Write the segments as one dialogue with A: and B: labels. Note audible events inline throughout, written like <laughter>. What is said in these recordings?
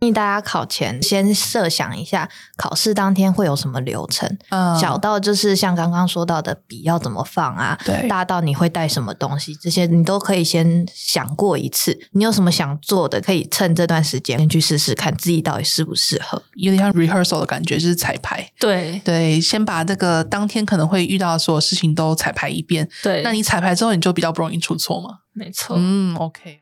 A: 建议大家考前先设想一下，考试当天会有什么流程，
B: 嗯
A: 小到就是像刚刚说到的笔要怎么放啊，
B: 对
A: 大到你会带什么东西，这些你都可以先想过一次。你有什么想做的，可以趁这段时间去试试看自己到底适不适合。
B: 有点像 rehearsal 的感觉，就是彩排。
C: 对
B: 对，先把这个当天可能会遇到的所有事情都彩排一遍。
C: 对，
B: 那你彩排之后，你就比较不容易出错嘛。
C: 没错，
B: 嗯，OK。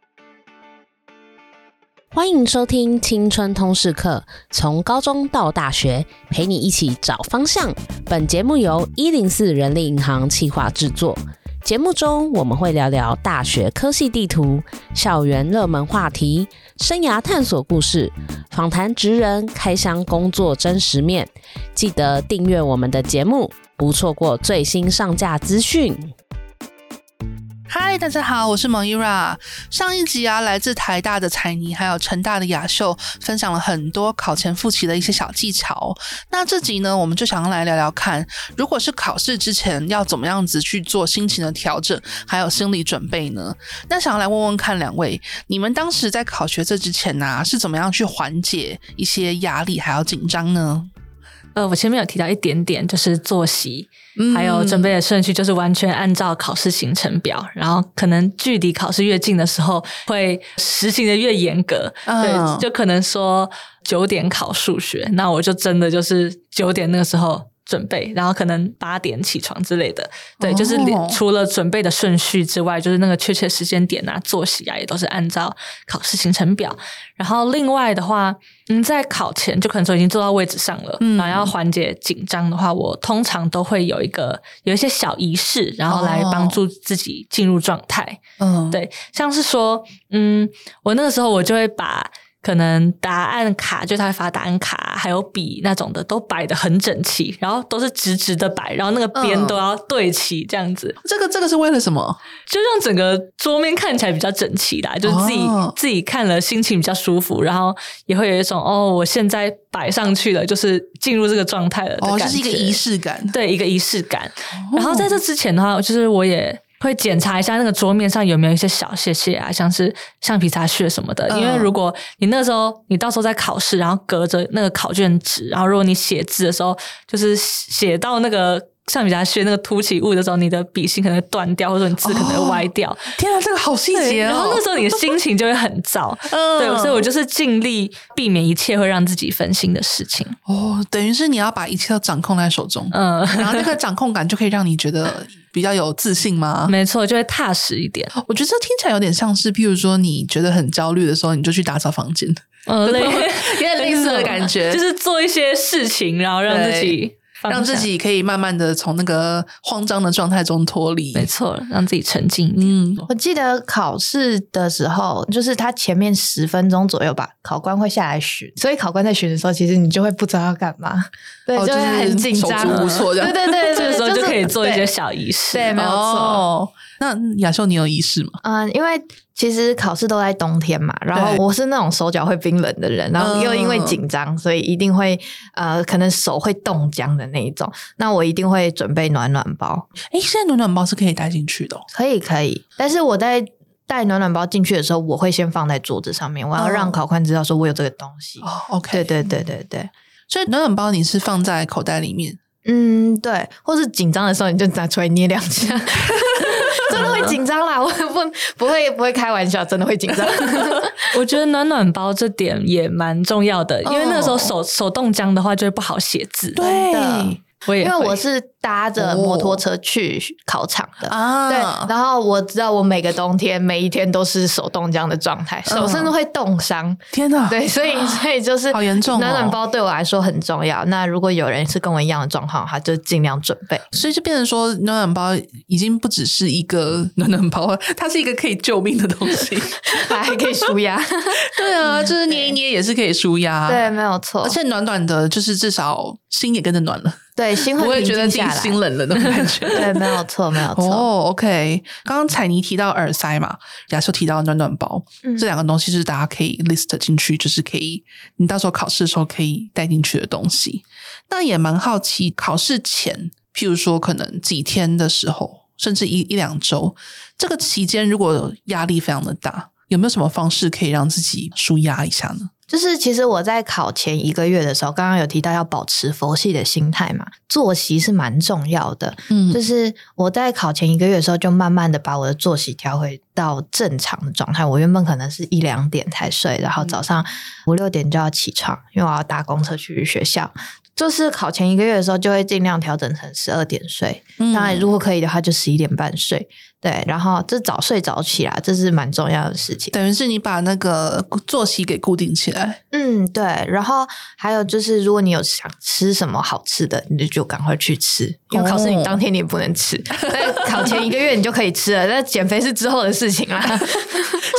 D: 欢迎收听《青春通识课》，从高中到大学，陪你一起找方向。本节目由一零四人力银行企划制作。节目中我们会聊聊大学科系地图、校园热门话题、生涯探索故事，访谈职人开箱工作真实面。记得订阅我们的节目，不错过最新上架资讯。
B: 嗨，大家好，我是蒙伊拉。上一集啊，来自台大的彩妮还有成大的雅秀分享了很多考前复习的一些小技巧。那这集呢，我们就想要来聊聊看，如果是考试之前要怎么样子去做心情的调整，还有心理准备呢？那想要来问问看两位，你们当时在考学测之前呢、是怎么样去缓解一些压力还有紧张呢？
C: 呃，我前面有提到一点点，就是作息，
B: 嗯
C: 还有准备的顺序，就是完全按照考试行程表，然后可能距离考试越近的时候，会实行的越严格。
B: 嗯
C: 对，就可能说九点考数学，那我就真的就是九点那个时候。准备，然后可能八点起床之类的，对，就是连
B: 哦
C: 除了准备的顺序之外，就是那个确切时间点啊、作息啊，也都是按照考试行程表。然后另外的话，嗯，在考前就可能说已经坐到位置上了，
B: 嗯
C: 然后要缓解紧张的话，我通常都会有一个有一些小仪式，然后来
B: 哦
C: 帮助自己进入状态。
B: 嗯，
C: 对，像是说，嗯，我那个时候我就会把。可能答案卡，就他会发答案卡，还有笔那种的，都摆的很整齐，然后都是直直的摆，然后那个边
B: 嗯
C: 都要对齐，这样子。
B: 这个这个是为了什么？
C: 就让整个桌面看起来比较整齐啦，就是自己、
B: 哦
C: 自己看了心情比较舒服，然后也会有一种哦，我现在摆上去了，就是进入这个状态了的
B: 哦，
C: 感觉，
B: 就是一个仪，式哦感。
C: 对，一个仪式感。然后在这之前的话，就是我也。会检查一下那个桌面上有没有一些小屑屑啊，像是橡皮擦屑什么的。
B: 嗯
C: 因为如果你那时候你到时候在考试，然后隔着那个考卷纸，然后如果你写字的时候，就是写到那个橡皮擦屑那个凸起物的时候，你的笔芯可能会断掉，或者你字可能会歪掉。
B: 天啊，这个好细
C: 对，
B: 节哦！
C: 然后那时候你的心情就会很糟，
B: 嗯
C: 对，所以我就是尽力避免一切会让自己分心的事情。
B: 哦，等于是你要把一切都掌控在手中，
C: 嗯，
B: 然后那个掌控感就可以让你觉得比较有自信吗？
C: 没错，就会踏实一点。
B: 我觉得这听起来有点像是，譬如说你觉得很焦虑的时候，你就去打扫房间，
C: 嗯，类
B: 哦有点类似的感觉，
C: 就是做一些事情，然后让自己放下
B: 让自己可以慢慢的从那个慌张的状态中脱离。
C: 没错，让自己沉静一点。
B: 嗯，
A: 我记得考试的时候，就是他前面十分钟左右吧，考官会下来巡，所以考官在巡的时候，其实你就会不知道要干嘛，对，
B: 哦
A: 就会
B: 是
A: 很紧张，
B: 手足无措这
A: 对
B: 样。
A: 对对，对
C: 这个时候
A: 是
C: 就可以做一些
A: 对
C: 小仪式，
A: 对没有错
B: 哦，那雅秀，你有仪式吗？
A: 嗯，因为其实考试都在冬天嘛，然后
B: 对
A: 我是那种手脚会冰冷的人，然后又因为
C: 嗯
A: 紧张，所以一定会呃，可能手会冻僵的那一种。那我一定会准备暖暖包，
B: 哎，现在暖暖包是可以带进去的哦、
A: 可以可以。但是我在带暖暖包进去的时候，我会先放在桌子上面，我要
C: 嗯
B: 哦
A: 让考官知道说我有这个东西。
B: 哦，OK，
A: 对对对对对，
B: 所以暖暖包你是放在口袋里面，
A: 嗯对，或是紧张的时候你就拿出来捏两下。 <laughs> 真的会紧张啦，我不不会不会开玩笑，真的会紧张。
C: 我觉得暖暖包这点也蛮重要的，因为那个时候
B: 哦
C: 手手冻僵的话，就会不好写字。
B: 对
A: 的
C: 我也
A: 因为
C: 会
A: 我是搭着摩托车去考场的。
B: 哦啊，
A: 对，然后我知道我每个冬天每一天都是手冻僵的状态，手
B: 嗯
A: 甚至会冻伤。
B: 天哪，
A: 对，所以所以就是
B: 好严重哦
A: 暖暖包对我来说很重要。那如果有人是跟我一样的状况的话，就尽量准
B: <laughs>
A: 备。
B: 所以就变成说，暖暖包已经不只是一个暖暖包，它是一个可以救命的东西。
A: 还可以舒压，
B: <laughs> 对啊，就是捏一捏也是可以舒压。啊
A: 对，，没有错，
B: 而且暖暖的，就是至少心也跟着暖了，
A: 对心
B: 不
A: 会
B: 会
A: 平
B: 觉得
A: 静
B: 自己
A: 下
B: 心
A: 来。
B: 冷了那种感 <laughs> 觉。
A: 对，没有错，没有错。
B: 哦、o k 刚刚彩妮提到耳塞嘛，雅秀提到暖暖包，
A: 嗯
B: 这两个东西是大家可以 list 进去，就是可以你到时候考试的时候可以带进去的东西。那也蛮好奇，考试前，譬如说可能几天的时候，甚至一一两周，这个期间如果压力非常的大，有没有什么方式可以让自己舒压一下呢？
A: 就是其实我在考前一个月的时候，刚刚有提到要保持佛系的心态嘛，作息是蛮重要的。
B: 嗯
A: 就是我在考前一个月的时候，就慢慢的把我的作息调回到正常的状态。我原本可能是一两点才睡，然后早上五六点就要起床，因为我要搭公车去学校。就是考前一个月的时候，就会尽量调整成十二点睡，
B: 当
A: 当然，如果可以的话，就十一点半睡。对，然后这早睡早起啦，这是蛮重要的事情。
B: 等于是你把那个作息给固定起来。
A: 嗯，对。然后还有就是，如果你有想吃什么好吃的，你就就赶快去吃，因为考试你
B: 哦
A: 当天你也不能吃，但考前一个月你就可以吃了。那减肥是之后的事情
B: <laughs>
A: 啦。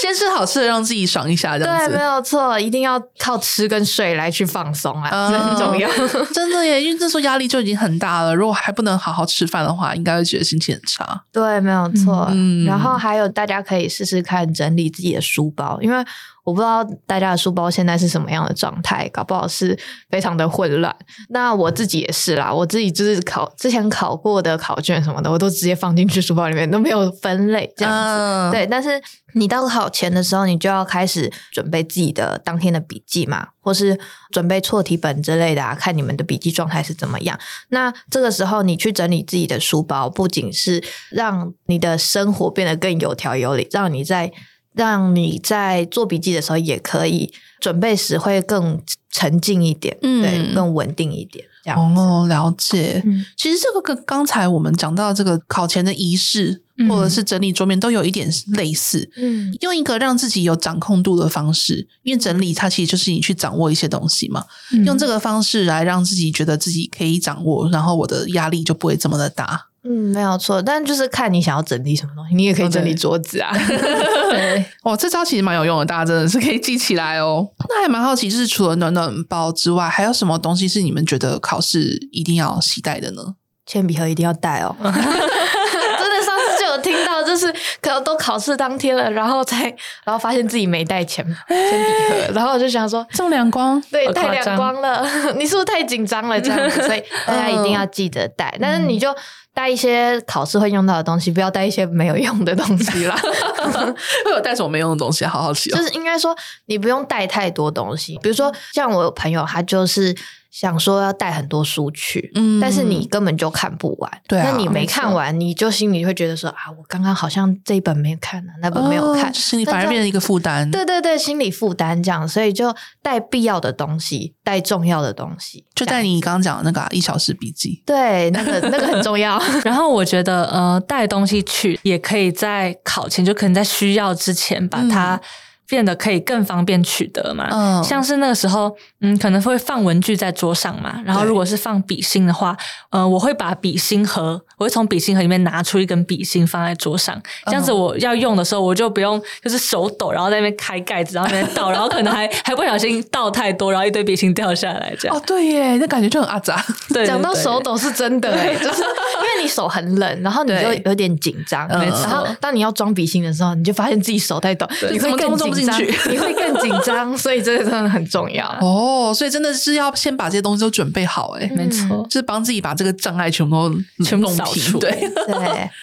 B: 先吃好吃的，让自己爽一下，这样
A: 对，没
B: 子。
A: 有错，一定要靠吃跟睡来去放松啊，这很重要。
B: <laughs> 真的耶，因为这时候压力就已经很大了，如果还不能好好吃饭的话，应该会觉得心情很差。
A: <laughs> 对，没有错。
B: 嗯
A: 然后还有，大家可以试试看整理自己的书包，因为我不知道大家的书包现在是什么样的状态，搞不好是非常的混乱。那我自己也是啦，我自己就是考之前考过的考卷什么的，我都直接放进去书包里面，都没有分类这样子。
B: 嗯，
A: 对，但是你到考前的时候，你就要开始准备自己的当天的笔记嘛，或是准备错题本之类的啊，看你们的笔记状态是怎么样。那这个时候你去整理自己的书包，不仅是让你的生活变得更有条有理，让你在让你在做笔记的时候也可以准备时会更沉静一点，
B: 嗯
A: 对，更稳定一点，这样子。
B: 哦，了解。
A: 嗯
B: 其实这个跟刚才我们讲到这个考前的仪式，
C: 嗯
B: 或者是整理桌面，都有一点类似。
A: 嗯
B: 用一个让自己有掌控度的方式，因为整理它其实就是你去掌握一些东西嘛。
C: 嗯
A: 嗯
B: 用这个方式来让自己觉得自己可以掌握，然后我的压力就不会这么的大。
A: 嗯，没有错，但就是看你想要整理什么东西，你也可以整理桌子啊。对。
B: 哦，这招其实蛮有用的，大家真的是可以记起来哦。 <laughs> 那还蛮好奇，就是除了暖暖包之外，还有什么东西是你们觉得考试一定要携带的呢？
A: 铅笔盒一定要带哦。 <laughs> 真的，上次就有听到，就是 <laughs> 可都考试当天了，然后才然后发现自己没带钱铅笔盒，然后我就想说。
B: 这么亮光，
A: 对，
C: 好夸
A: 太
C: 张
A: 亮光了， <laughs> 你是不是太紧张了？这样子，所以大家一定要记得带。但是你就带一些考试会用到的东西，不要带一些没有用的东西 <laughs> 啦。
B: <laughs> 会有带什么没用的东西？好好奇哦
A: 就。是应该说，你不用带太多东西。比如说，像我有朋友，他就是想说要带很多书去，
B: 嗯
A: 但是你根本就看不完。
B: 对啊
A: 那你没看
B: 没错
A: 完，你就心里会觉得说啊，我刚刚好像这一本没看呢、啊那本没有看。
B: 哦心里反而变成一个负担。
A: 对对对，心理负担这样，所以就带必要的东西，带重要的东西，
B: 就带你刚刚讲的那个啊、一小时笔记。
A: 对那个那个很重要。
C: 然后我觉得，呃，带东西去也可以在考前，就可能在需要之前把它变得可以更方便取得嘛。
B: 嗯
C: 像是那个时候，嗯，可能会放文具在桌上嘛。然后
B: 对
C: 如果是放笔芯的话，呃，我会把笔芯盒，我会从笔芯盒里面拿出一根笔芯放在桌
A: 嗯
C: 上，这样子我要用的时候，我就不用就是手抖，然后在那边开盖子，然后在那
A: <laughs>
C: 边倒，然后可能还还不小心倒太多，然后一堆笔芯掉下来这样。
B: 哦，对耶，那感觉就很阿 <laughs> 杂。
C: 对，
A: 讲到
C: 对对
A: 手抖是真的哎、就是因为你手很冷，然后你就
C: 对
A: 有点紧张，
B: 嗯没错
A: 然后当你要装笔芯的时候，你就发现自己手太抖，你
B: 怎
A: 会
B: 么都
A: 更
B: 装不
A: 紧张，
B: 进
A: 你会更紧张，所以这个真的很重要。
B: 哦，所以真的是要先把这些东西都准备好，哎、
A: 嗯
C: 没错。
B: 就是帮自己把这个障碍全部都
C: 全部
B: 弄
C: 扫
B: 平
C: 除
B: 对，
A: 对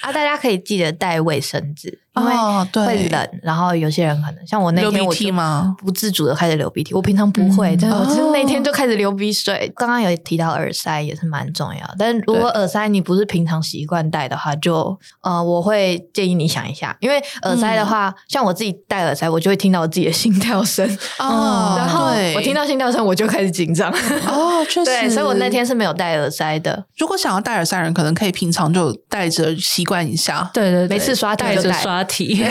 A: 啊，大家可以记得带卫生纸，因为
B: 哦对
A: 会冷，然后有些人可能像我那
B: 流
A: 天
B: 鼻
A: 我
B: 涕
A: 就
B: 吗？
A: 不自主的开始流鼻涕，我平常不会，但是我就是
B: 哦
A: 那天就开始流鼻水。刚刚有提到耳塞也是蛮重要，但如果耳塞你不是平常习惯戴的话，就呃，我会建议你想一下，因为耳塞的话，像我自己戴耳塞，我就会听到我自己的心跳声，
B: 哦，
A: <laughs> 然后
B: 对
A: 我听到心跳声我就开始紧张。
B: 哦，确实，
A: 对，所以我那天是没有戴耳塞的，
B: 如果想要戴耳塞的人，可能可以平常就戴着习惯一下。
C: 对对对，
A: 每次刷题
C: 带
A: 就
C: 着
A: 带 <laughs>
C: 刷题。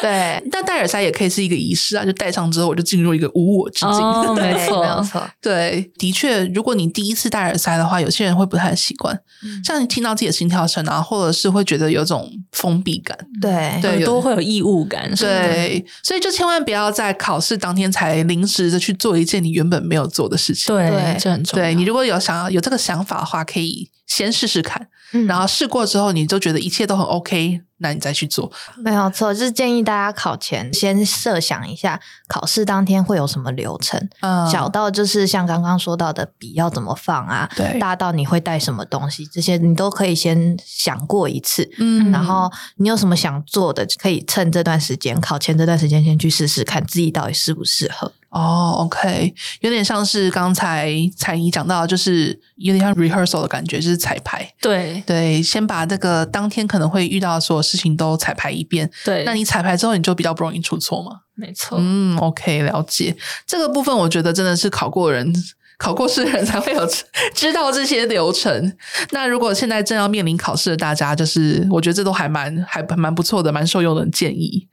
A: 对。
B: 但戴耳塞也可以是一个仪式啊，就戴上之后我就进入一个无我之境。
A: <laughs> <laughs>
C: 哦，
A: 对
C: 没
A: 没有
C: 错，
A: 错，
B: <laughs> 对，的确，如果你第一次戴耳塞的话，有些人会不太习惯，
C: 嗯
B: 像你听到自己的心跳声啊，或者是会觉得有种封闭感。
A: 对
B: 对
C: 耳
B: 有
C: 朵会有异物感。是吗，
B: 对，所以就千万不要在考试当天才临时的去做一件你原本没有做的事情。
A: 对
C: 对，这很重要。
B: 对你如果有想要有这个想法的话，可以先试试看，
A: 嗯
B: 然后试过之后你就觉得一切都很 OK，那你再去做。
A: 没有错，就是建议大家考前先设想一下考试当天会有什么流程，
B: 嗯
A: 小到就是像刚刚说到的笔要怎么放啊，
B: 对
A: 大到你会带什么东西，这些你都可以先想过一次。
B: 嗯
A: 然后你有什么想做的，可以趁这段时间考前这段时间先去试试看自己到底适不适合。
B: 哦，OK，有点像是刚才彩妮讲到的，就是有点像 rehearsal 的感觉，就是彩排。
C: 对
B: 对，先把这个当天可能会遇到的所有事情都彩排一遍。
C: 对，
B: 那你彩排之后，你就比较不容易出错嘛。
C: 没错，
B: 嗯，OK，了解。这个部分我觉得真的是考过人、考过试的人才会有知道这些流程。那如果现在正要面临考试的大家，就是我觉得这都还蛮还蛮不错的，蛮受用的建议。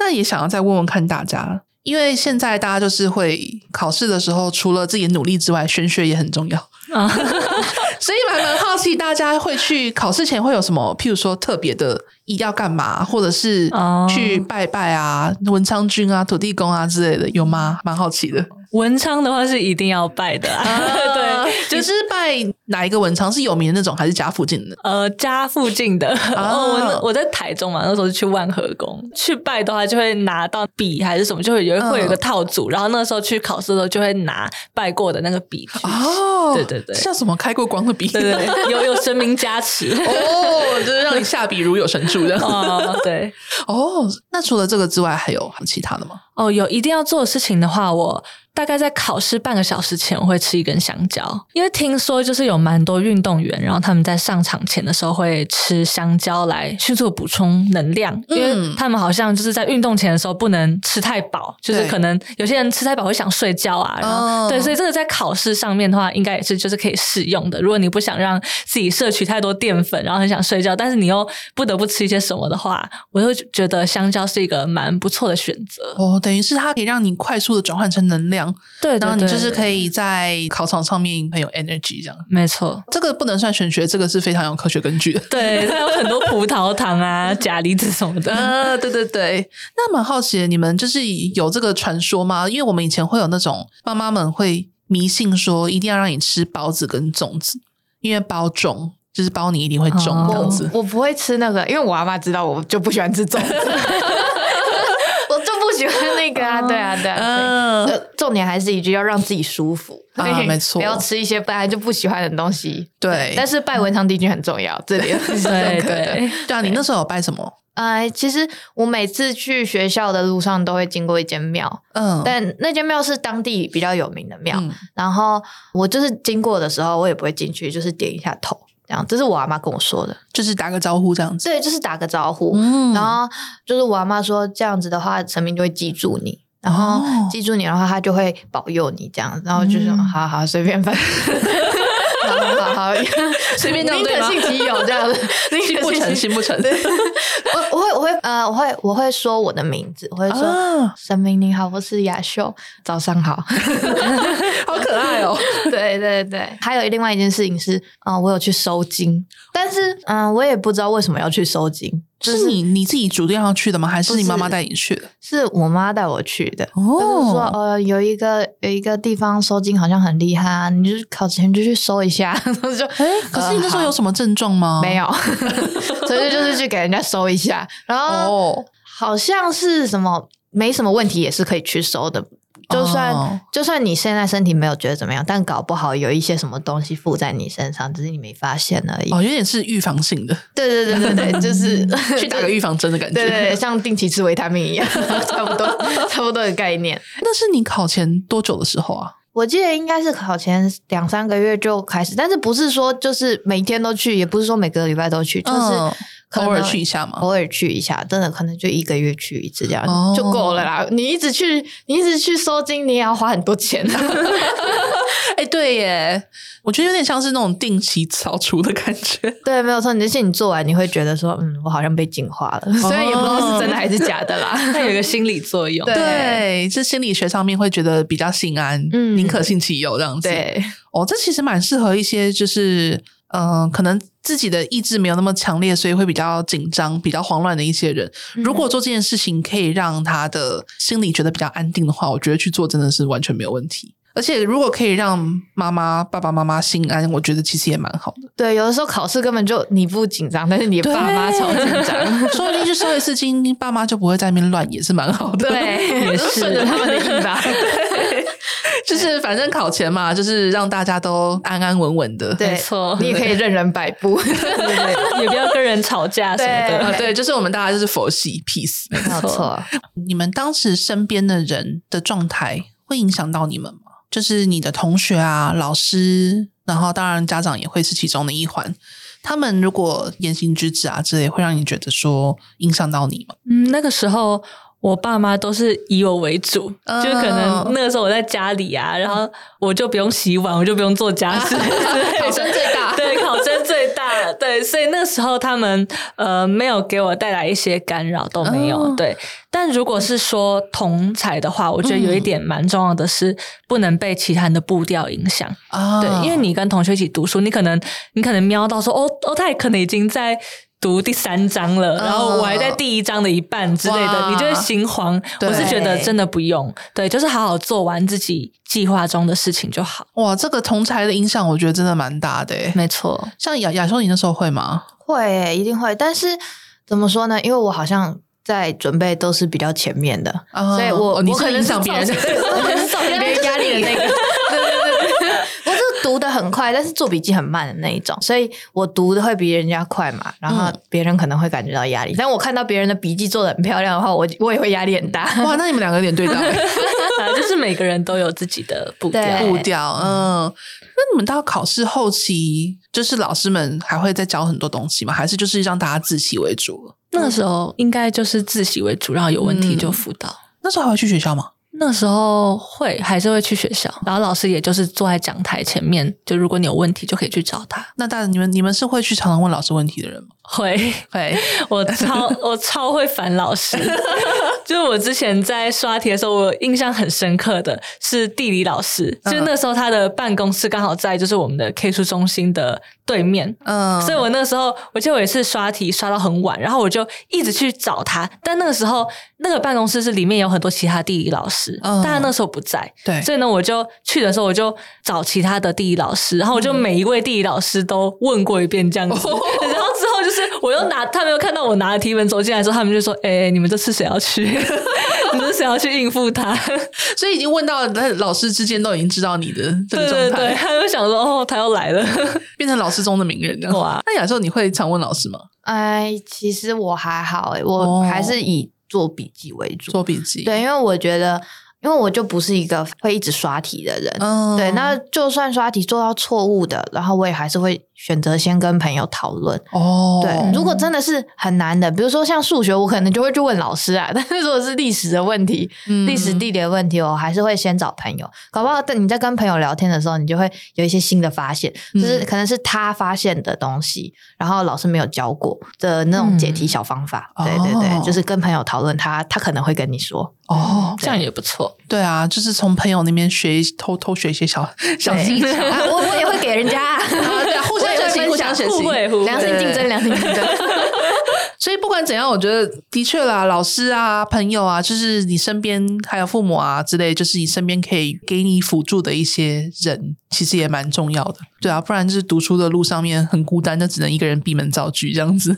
B: 那也想要再问问看大家，因为现在大家就是会考试的时候，除了自己的努力之外，玄学也很重要。
C: 啊， <laughs>
B: 所以蛮蛮好奇，大家会去考试前会有什么，譬如说特别的一定要干嘛，或者是
C: 哦
B: 去拜拜啊、文昌君啊、土地公啊之类的，有吗？蛮好奇的。
C: 文昌的话是一定要拜的、啊，对，
B: 对，就是拜哪一个文昌是有名的那种，还是家附近的？
C: 呃，家附近的。 <laughs> 哦，我那我在台中嘛，那时候是去万和宫去拜的话，就会拿到笔还是什么，就会有
B: 嗯
C: 会有一个套组。然后那时候去考试的时候，就会拿拜过的那个笔去。
B: 哦
C: 对对对
B: 这叫什么？开过光的笔？
C: 对对对，有有神明加持。
B: <laughs> 哦，就是让你下笔如有神
C: <laughs>
B: 助的。
C: 哦，对，
B: 哦，那除了这个之外，还有其他的吗？
C: 哦，有一定要做的事情的话，我大概在考试半个小时前我会吃一根香蕉，因为听说就是有蛮多运动员，然后他们在上场前的时候会吃香蕉来迅速补充能量，因
B: 嗯
C: 为他们好像就是在运动前的时候不能吃太饱，就是
B: 对
C: 可能有些人吃太饱会想睡觉啊，然后、
B: 哦
C: 对，所以这个在考试上面的话，应该也是就是可以适用的。如果你不想让自己摄取太多淀粉，然后很想睡觉，但是你又不得不吃一些什么的话，我就觉得香蕉是一个蛮不错的选择。
B: 哦，等于是它可以让你快速的转换成能量，
C: 对，
B: 然后你就是 <laughs>
C: 以，
B: 可以在考场上面很有 energy 这样。
C: 没错，
B: 这个不能算玄学，这个是非常有科学根据的。
C: 对，它有很多葡萄糖啊、钾离子什么
A: 嗯
C: 的。<laughs>
B: 啊，对对对，那蛮好奇的，你们就是有这个传说吗？因为我们以前会有那种妈妈们会迷信说，一定要让你吃包子跟粽子，因为包中就是包你一定会中
C: 哦
B: 这样子。
A: 我不会吃那个，因为我阿妈知道我就不喜欢吃粽
B: <laughs>
A: 子， <laughs> 我就不喜欢那个啊，对啊，对啊。
B: 嗯、
A: 对呃重点还是一句要让自己舒服，
B: 啊
A: 所以
B: 没错
A: 不要吃一些本来就不喜欢的东西。
B: 对
A: 但是拜文昌帝君很重要，这点是
C: 对对，
B: 对啊，你那时候有拜什么？
A: 呃，其实我每次去学校的路上都会经过一间庙，
B: 嗯，
A: 但那间庙是当地比较有名的庙。
B: 嗯
A: 然后我就是经过的时候，我也不会进去，就是点一下头，这样。这是我阿妈跟我说的，
B: 就是打个招呼这样子。
A: 所以就是打个招呼。
B: 嗯
A: 然后就是我阿妈说，这样子的话，神明就会记住你。然后
B: 哦
A: 记住你的话，他就会保佑你这样。然后就说，
B: 嗯
A: 好好随便翻，好好好好，
B: 随便这样
A: 宁
B: 对
A: 可
B: 吗
A: 信其有这样子，宁
B: 信
A: 可
B: 不成，
A: 信其
B: 信不成。
A: 我我会我会呃我会我会说我的名字，我会说、
B: 啊，
A: 神明你好，我是雅秀，早上好。
B: 好可爱哦！
A: 对对对，还有另外一件事情是，嗯、我有去收金，但是嗯、呃我也不知道为什么要去收金，就是是
B: 你你自己主动要去的吗？还是
A: 不
B: 你妈妈
A: 是
B: 带你去的？
A: 是我妈带我去的。就是说，
B: 哦，
A: 呃，有一个有一个地方收金好像很厉害啊，你就是考前就去收一下， <laughs> 然后就
B: 哎，可是你那时候有什么症状吗？
A: 呃
B: 哦
A: 没有，所以就是去给人家收一下，然后、
B: 哦，
A: 好像是什么没什么问题，也是可以去收的。就算、
B: 哦
A: 就算你现在身体没有觉得怎么样，但搞不好有一些什么东西附在你身上，只是你没发现而已。
B: 哦，嗯有点是预防性的，
A: 对对对对对，就是
B: <laughs> 去打个预防针的感觉。
A: <laughs> 对对对，像定期吃维他命一样， <laughs> 差不多差不多的概念。
B: 那是你考前多久的时候啊？
A: 我记得应该是考前两三个月就开始，但是不是说就是每天都去，也不是说每个礼拜都去，就是
B: 嗯
A: 可能哦
B: 偶尔去一下嘛。
A: 偶尔去一下，真的可能就一个月去一次这样、
B: 哦
A: 就够了啦。你一直去，你一直去收金，你也要花很多钱、啊
B: 哎，对耶，我觉得有点像是那种定期扫除的
A: <laughs>
B: 感觉。
A: <laughs> 对，没有错。而且你做完，你会觉得说，嗯，我好像被净化
B: 哦
A: 了，虽然也不知道是真的还是假的啦。
C: <laughs> 它有一个心理作用。
A: 对
B: 对，这心理学上面会觉得比较心安，
A: 嗯
B: 宁可信其有这样子。，
A: 对，
B: 哦，这其实蛮适合一些就是。嗯，可能自己的意志没有那么强烈，所以会比较紧张、比较慌乱的一些人，如
A: 嗯
B: 果做这件事情可以让他的心里觉得比较安定的话，我觉得去做真的是完全没有问题。而且如果可以让妈妈、爸爸妈妈心安，我觉得其实也蛮好的。
A: 对，有的时候考试根本就你不紧张，但是你的爸妈超紧张。
B: 张，说不定就烧一次金，爸妈就不会在那边乱，也是蛮好 <laughs> 的。
A: 对，
C: 也是
A: 顺着他们的意
B: <laughs>
A: 吧。
B: 就是反正考前嘛，就是让大家都安安稳稳的。
A: 对，
C: 没错
A: 你也可以任人摆
B: <laughs>
A: 布。
C: 对对对，也不要跟人吵架什么
B: 啊
C: 的。
B: 对，就是我们大家就是佛系 peace。
A: 没有错，
B: 你们当时身边的人的状态会影响到你们吗？就是你的同学啊、老师，然后当然家长也会是其中的一环。他们如果言行举止啊之类，会让你觉得说影响到你吗？
C: 嗯，那个时候我爸妈都是以我为主，
B: 嗯
C: 就可能那个时候我在家里啊，然后我就不用洗碗，我就不用做家事，
A: <laughs>
C: 考
E: 考生最大
C: <laughs> 对，考生最大，对，所以那时候他们呃没有给我带来一些干扰，都没有、
B: 哦
C: 对。但如果是说同才的话，我觉得有一点蛮重要的是，不能被其他人的步调影响。
B: 啊
C: 对，因为你跟同学一起读书，你可能你可能瞄到说，哦哦，他也可能已经在读第三章了，然后我还在第一章的一半之类的，
B: 哦哇
C: 你就会心慌。
B: 对
C: 我是觉得真的不用，对，就是好好做完自己计划中的事情就好。
B: 哇，这个同才的影响，我觉得真的蛮大的欸。
C: 没错，
B: 像亚亚修，你那时候会吗？
A: 会耶、一定会。但是怎么说呢？因为我好像在准备都是比较前面的，
B: 啊
A: 所以我、
B: 哦你
A: 我
B: 是
A: 可能
B: 影响
A: 嗯是
B: 别人
A: 造， <laughs> 对我可能是造成别人压力的那个。对对对对对，我是读的很快，但是做笔记很慢的那一种，所以我读的会比人家快嘛，然后别人可能会感觉到压力。但我看到别人的笔记做的很漂亮的话，我我也会压力很大。
B: <laughs>
A: <laughs>
B: 哇，那你们两个有点对到欸
C: <laughs> 啊，就是每个人都有自己的步调。
A: 对
B: 步调。嗯，那你们到考试后期，就是老师们还会再教很多东西吗？还是就是让大家自习为主了？
C: 那个时候应该就是自习为主，然后有问题就辅导。
B: 那时候还会去学校吗？
C: 那时候会还是会去学校，然后老师也就是坐在讲台前面，就如果你有问题就可以去找他。
B: 那大你们你们是会去常常问老师问题的人吗？
C: 会， <laughs>
B: 会，
C: 我 <laughs> 超我超会烦老 <laughs> 师，就是我之前在刷题的时候，我印象很深刻的是地理老师，
B: 嗯
C: 就是那时候他的办公室刚好在就是我们的 K 书中心的对面。
B: 嗯，
C: 所以我那时候，我记得我也是刷题刷到很晚，然后我就一直去找他。但那个时候，那个办公室是里面有很多其他地理老师，
B: 嗯哎
C: 但他那时候不在，
B: 对，
C: 所以呢，我就去的时候，我就找其他的地理老师，然后我
B: 嗯
C: 就每一位地理老师都问过一遍这样
B: 哦
C: 子。 <laughs> 然后之后就是，我又拿他们又看到我拿了题本走进来的时候，他们就说：“哎、你们这次谁要去？ <laughs> 你们谁要去应付他
B: 所以已经问到那老师之间都已经知道你的？”这
C: 对
B: 个
C: 对
B: 状态，
C: 对，他就想说：“哦，他要来了。 <laughs>
B: 变成老师中的名人了。
C: 哇，
B: 那亚秀你会常问老师吗？
A: 哎，其实我还好哎、我
B: 哦
A: 还是以做笔记为主。
B: 做笔记，，
A: 对，因为我觉得，因为我就不是一个会一直刷题的人，
B: 嗯，
A: 对，那就算刷题做到错误的，然后我也还是会选择先跟朋友讨论。
B: 哦，
A: 对，如果真的是很难的，比如说像数学，我可能就会去问老师啊。但 <laughs> 是如果是历史的问题、
B: 嗯
A: 历史地理的问题，我还是会先找朋友。搞不好在你在跟朋友聊天的时候，你就会有一些新的发现，就是
B: 嗯
A: 可能是他发现的东西，然后老师没有教过的那种解题小方法。
B: 嗯
A: 对对对，
B: 哦
A: 就是跟朋友讨论他，他可能会跟你说。
B: 哦，
C: 这样也不错。
B: 对啊，就是从朋友那边学，偷偷学一些小小
A: <laughs>
B: 技巧。
A: 啊我我也会给人家 <laughs> 啊，
B: 对啊互相
A: 我也会
B: 学习
A: 分
B: 互相
A: 享
B: 学习
C: 互惠互惠
A: 良性竞争，良性竞
C: <laughs>
A: 争。
B: 所以不管怎样，我觉得的确啦，老师啊、朋友啊，就是你身边还有父母啊之类，就是你身边可以给你辅助的一些人，其实也蛮重要的。对啊，不然就是读书的路上面很孤单，就只能一个人闭门造句这样子。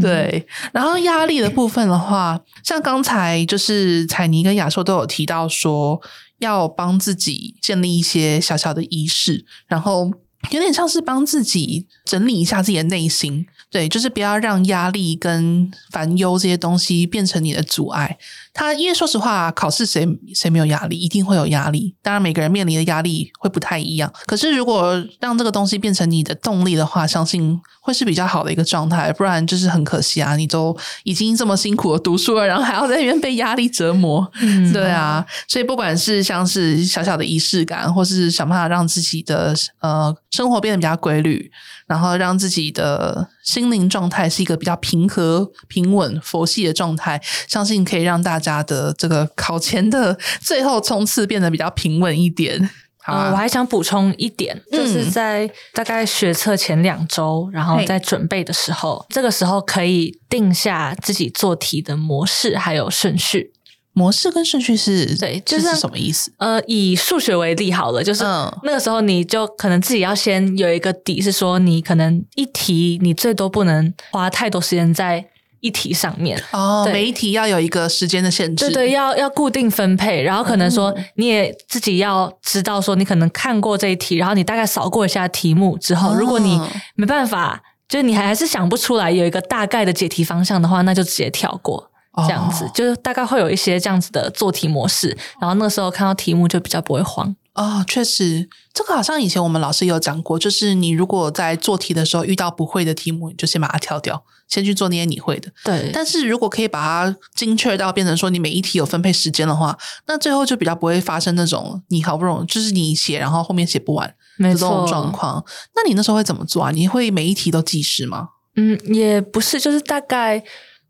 B: 对，然后压力的部分的话，像刚才就是彩妮跟亚硕都有提到说，要帮自己建立一些小小的仪式，然后有点像是帮自己整理一下自己的内心，对，就是不要让压力跟烦忧这些东西变成你的阻碍。他因为说实话，啊考试谁谁没有压力，一定会有压力。当然，每个人面临的压力会不太一样。可是，如果让这个东西变成你的动力的话，相信会是比较好的一个状态。不然就是很可惜啊，你都已经这么辛苦的读书了，然后还要在那边被压力折磨。
C: 嗯
B: 对啊，所以不管是像是小小的仪式感，或是想办法让自己的呃生活变得比较规律，然后让自己的心灵状态是一个比较平和、平稳、佛系的状态，相信可以让大家的这个考前的最后冲刺变得比较平稳一点。好、
C: 呃，我
B: 啊，
C: 还想补充一点，就是
B: 嗯
C: 在大概学测前两周，然后
B: 嘿
C: 在准备的时候，这个时候可以定下自己做题的模式还有顺序。
B: 模式跟顺序是
C: 对就是像
B: 什么意思？
C: 呃，以数学为例好了，就是
B: 嗯
C: 那个时候你就可能自己要先有一个底，是说你可能一题你最多不能花太多时间在一题上面。
B: 哦，
C: 对
B: 每一题要有一个时间的限制。
C: 对对，要要固定分配，然后可能
B: 嗯
C: 说你也自己要知道说你可能看过这一题，然后你大概扫过一下题目之后，
B: 哦
C: 如果你没办法，就是你还还是想不出来有一个大概的解题方向的话，那就直接跳过。这样子，
B: 哦
C: 就是大概会有一些这样子的做题模式，然后那个时候看到题目就比较不会慌。
B: 哦，确实，这个好像以前我们老师也有讲过，就是你如果在做题的时候遇到不会的题目，你就先把它跳掉，先去做那些你会的。
C: 对但
B: 但是如果可以把它精确到变成说你每一题有分配时间的话，那最后就比较不会发生那种你好不容易就是你写，然后后面写不完的
C: 没
B: 这种
C: 错，
B: 状况。那你那时候会怎么做啊？你会每一题都计时吗？
C: 嗯，也不是，就是大概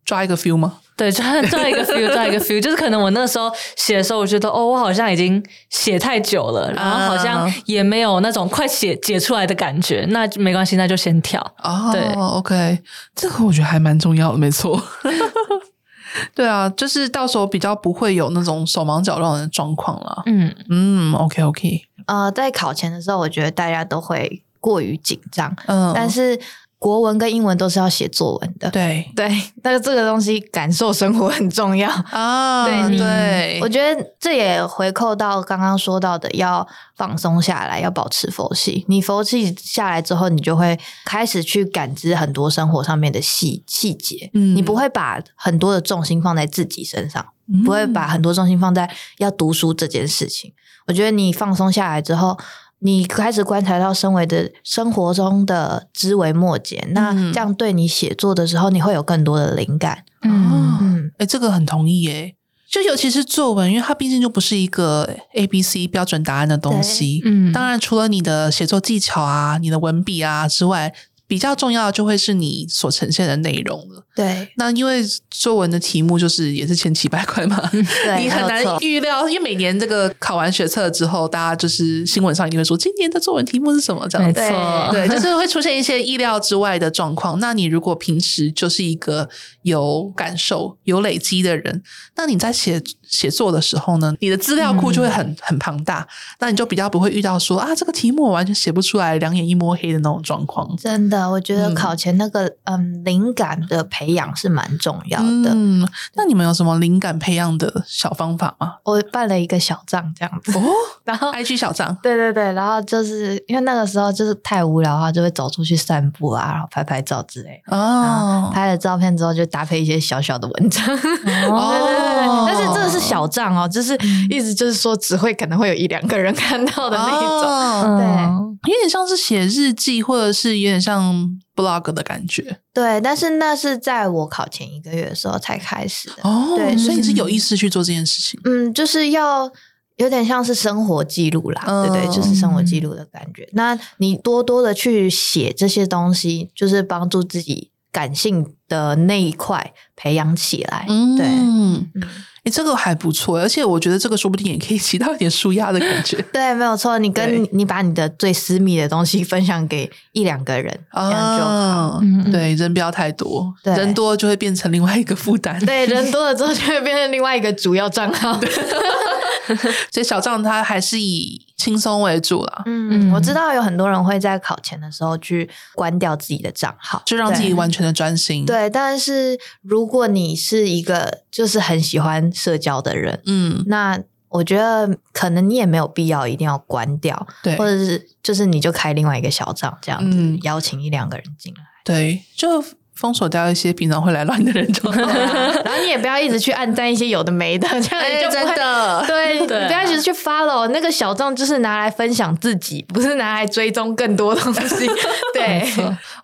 B: 抓一个 feel 吗？
C: 对 <laughs> 抓抓一个 feel，抓一个 feel，就是可能我那个时候写的时候，我觉得哦，我好像已经写太久了，然后好像
B: 啊
C: 也没有那种快写解出来的感觉，那就没关系，那就先跳。
B: 哦，
C: 对
B: ，OK，这个我觉得还蛮重要的，没错。对啊，就是到时候比较不会有那种手忙脚乱的状况啦。
C: 嗯，
B: 嗯，OK OK，
A: 呃，在考前的时候，我觉得大家都会过于紧张，
B: 嗯，
A: 但是国文跟英文都是要写作文的。
B: 对
A: 对，但是这个东西感受生活很重要。
B: 啊，
A: 对你
B: 对，
A: 我觉得这也回扣到刚刚说到的，要放松下来，要保持佛系。你佛系下来之后，你就会开始去感知很多生活上面的细细节。
B: 嗯
A: 你不会把很多的重心放在自己身上，
B: 嗯
A: 不会把很多重心放在要读书这件事情。我觉得你放松下来之后，你开始观察到身为的生活中的枝微末节，那
B: 嗯
A: 这样对你写作的时候，你会有更多的灵感。
B: 嗯
A: 嗯。
B: 哎、这个很同意耶。就尤其是作文，因为它毕竟就不是一个 A、B、C 标准答案的东西。
C: 嗯
B: 当然，除了你的写作技巧啊、你的文笔啊之外，比较重要的就会是你所呈现的内容了。
A: 对
B: 那因为作文的题目就是也是千奇百怪嘛，
A: <laughs> 对，
B: <laughs> 你很
A: 没有
B: 难
A: 错
B: 预料。因为每年这个考完学测之后，大家就是新闻上一定会说今年的作文题目是什么这样
C: 没
B: 子。
C: 错，
B: 对，就是会出现一些意料之外的状况。那你如果平时就是一个有感受、有累积的人，那你在写写作的时候呢，你的资料库就会很、很庞大，那你就比较不会遇到说啊，这个题目我完全写不出来，两眼一摸黑的那种状况。
A: 真的，我觉得
B: 嗯
A: 考前那个嗯灵感的培养是蛮重要的。
B: 嗯，那你们有什么灵感培养的小方法吗？
A: 我办了一个小账这样子，
B: <laughs> 哦
A: 然后
B: ，IG 小账，
A: 对对对，然后就是因为那个时候就是太无聊的话，就会走出去散步啊，然后拍拍照之类的。
B: 哦，
A: 拍了照片之后，就搭配一些小小的文
B: <laughs>
A: 章。对对
B: 哦嗯
C: 哦
A: 对，但是这个是小账哦，就是意思就是说只会可能会有一两个人看到的那一种。
B: 哦
C: 嗯
B: 有点像是写日记，或者是有点像 blog 的感觉
A: 对，但是那是在我考前一个月的时候才开始的。
B: 哦。
A: 对
B: 所以你是有意识去做这件事情。
A: 嗯，就是要有点像是生活记录啦，
B: 嗯
A: 对对，就是生活记录的感觉。那你多多的去写这些东西，就是帮助自己感性的那一块培养起来。
B: 嗯，
A: 对，
B: 嗯，
A: 嗯，
B: 哎，这个还不错，而且我觉得这个说不定也可以起到一点舒压的感
A: <laughs>
B: 觉
A: 对，没有错。你跟
B: 对
A: 你把你的最私密的东西分享给一两个
B: <laughs>
A: 人，这样就好。
B: 啊。
C: 嗯，
B: 对，人不要太多，
A: 对
B: 人多就会变成另外一个负担。
A: 对，人多了之后就会变成另外一个主要账号。
B: 所以小账它还是以轻松为主啦，
A: 嗯，
C: 嗯
A: 我知道有很多人会在考前的时候去关掉自己的账号，
B: 就让
A: 对
B: 自己完全的专心。，
A: 对，但是如果你是一个就是很喜欢社交的人，
B: 嗯，
A: 那我觉得可能你也没有必要一定要关掉，
B: 对，
A: 或者是就是你就开另外一个小账这样子，
B: 嗯
A: 邀请一两个人 <laughs> 进来。
B: 对，就封锁掉一些平常会来乱的人就好。
A: 然后你也不要一直去按赞一些有的没的，这样你就不会。
B: 的，
A: 哎 <laughs> 对，你
C: 对啊
A: 不要一直去 follow 那个小账，就是拿来分享自己，不是拿来追踪更多东西。 <laughs> <laughs> 对，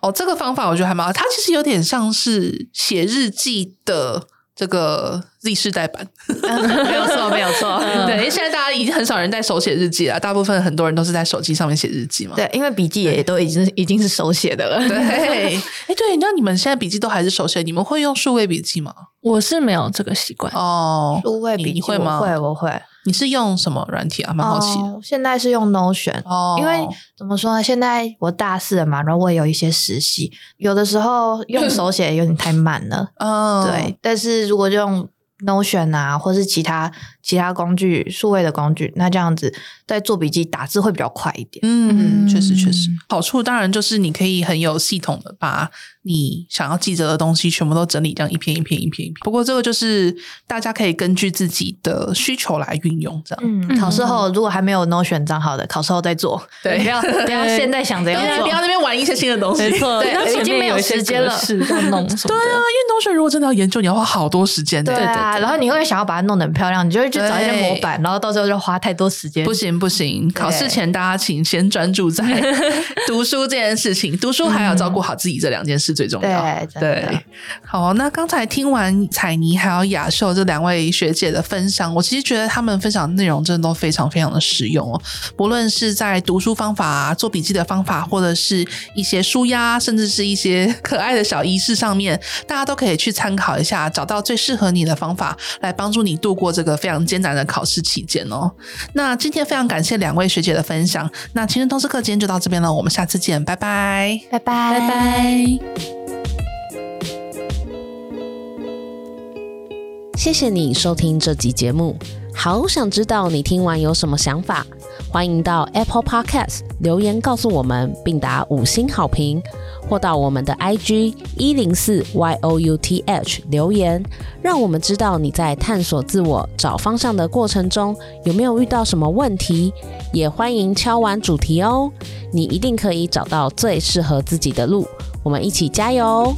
B: 哦，这个方法我觉得还蛮好，它其实有点像是写日记的这个 Z 世代版，
A: <laughs> 没有错，没有错。
B: 对，因为现在大家已经很少人在手写日记了，大部分很多人都是在手机上面写日记嘛。
A: 对，因为笔记也都已经已经是手写的了。
B: 对，
A: <laughs>
B: <laughs> 哎、对，那你们现在笔记都还是手写，你们会用数位笔记吗？
C: 我是没有这个习惯。
B: 哦，
A: 数位笔
B: 你
A: 记
B: 你会吗？
A: 我会，我会。
B: 你是用什么软体啊？蛮好奇的。
A: 哦现在是用 Notion，、
B: 哦，
A: 因为怎么说呢？现在我大四了嘛，然后我也有一些实习，有的时候用手写有点太慢了，
B: 嗯，
A: 对。但是如果用 Notion 啊，或是其他其他工具、数位的工具，那这样子在做笔记打字会比较快一点。
B: 嗯，
A: 嗯
B: 确实确实，好处当然就是你可以很有系统的把你想要记着的东西全部都整理，这样一篇一篇一篇一篇。不过这个就是大家可以根据自己的需求来运用，这样。
A: 嗯，考试后如果还没有 Notion 账号的，考试后再做，
B: 对
A: 不要不要现在想着要
B: 当
C: 啊
B: 然
A: 做
B: 不。要那边玩一些新的东西。
C: 没错，
A: 对
C: 那
A: 已
C: 前
A: 经
C: 面
A: 没有
C: 一些
A: 时间了
C: 格式要弄什么
B: 对啊，因
C: 的。
B: 为同学如果真的要研究，你要花好多时间的。
A: 对啊，然后你会想要把它弄得很漂亮，你就会去找一些模板，然后到时候就花太多时间
B: 不。行不行，考试前大家请先专注在读书这件事情，读书还要照顾好自己，这两件事最重要
A: 对。真的
B: 对，好，那刚才听完彩妮还有雅秀这两位学姐的分享，我其实觉得他们分享的内容真的都非常非常的实用哦，不论是在读书方法、啊、做笔记的方法，或者是一些书压，甚至是一些 <laughs> 可爱的小仪式上面，大家都可以去参考一下，找到最适合你的方法来帮助你度过这个非常艰难的考试期间哦。那今天非常感谢两位学姐的分享。那情人通识课今天就到这边了，我们下次见，拜拜。
A: 拜拜
C: 拜拜。
D: 谢谢你收听这集节目，好想知道你听完有什么想法，欢迎到 Apple Podcast 留言告诉我们，并打五星好评，或到我们的 IG 一零四 youth 留言，让我们知道你在探索自我、找方向的过程中有没有遇到什么问题，也欢迎敲完主题哦，你一定可以找到最适合自己的路，我们一起加油哦！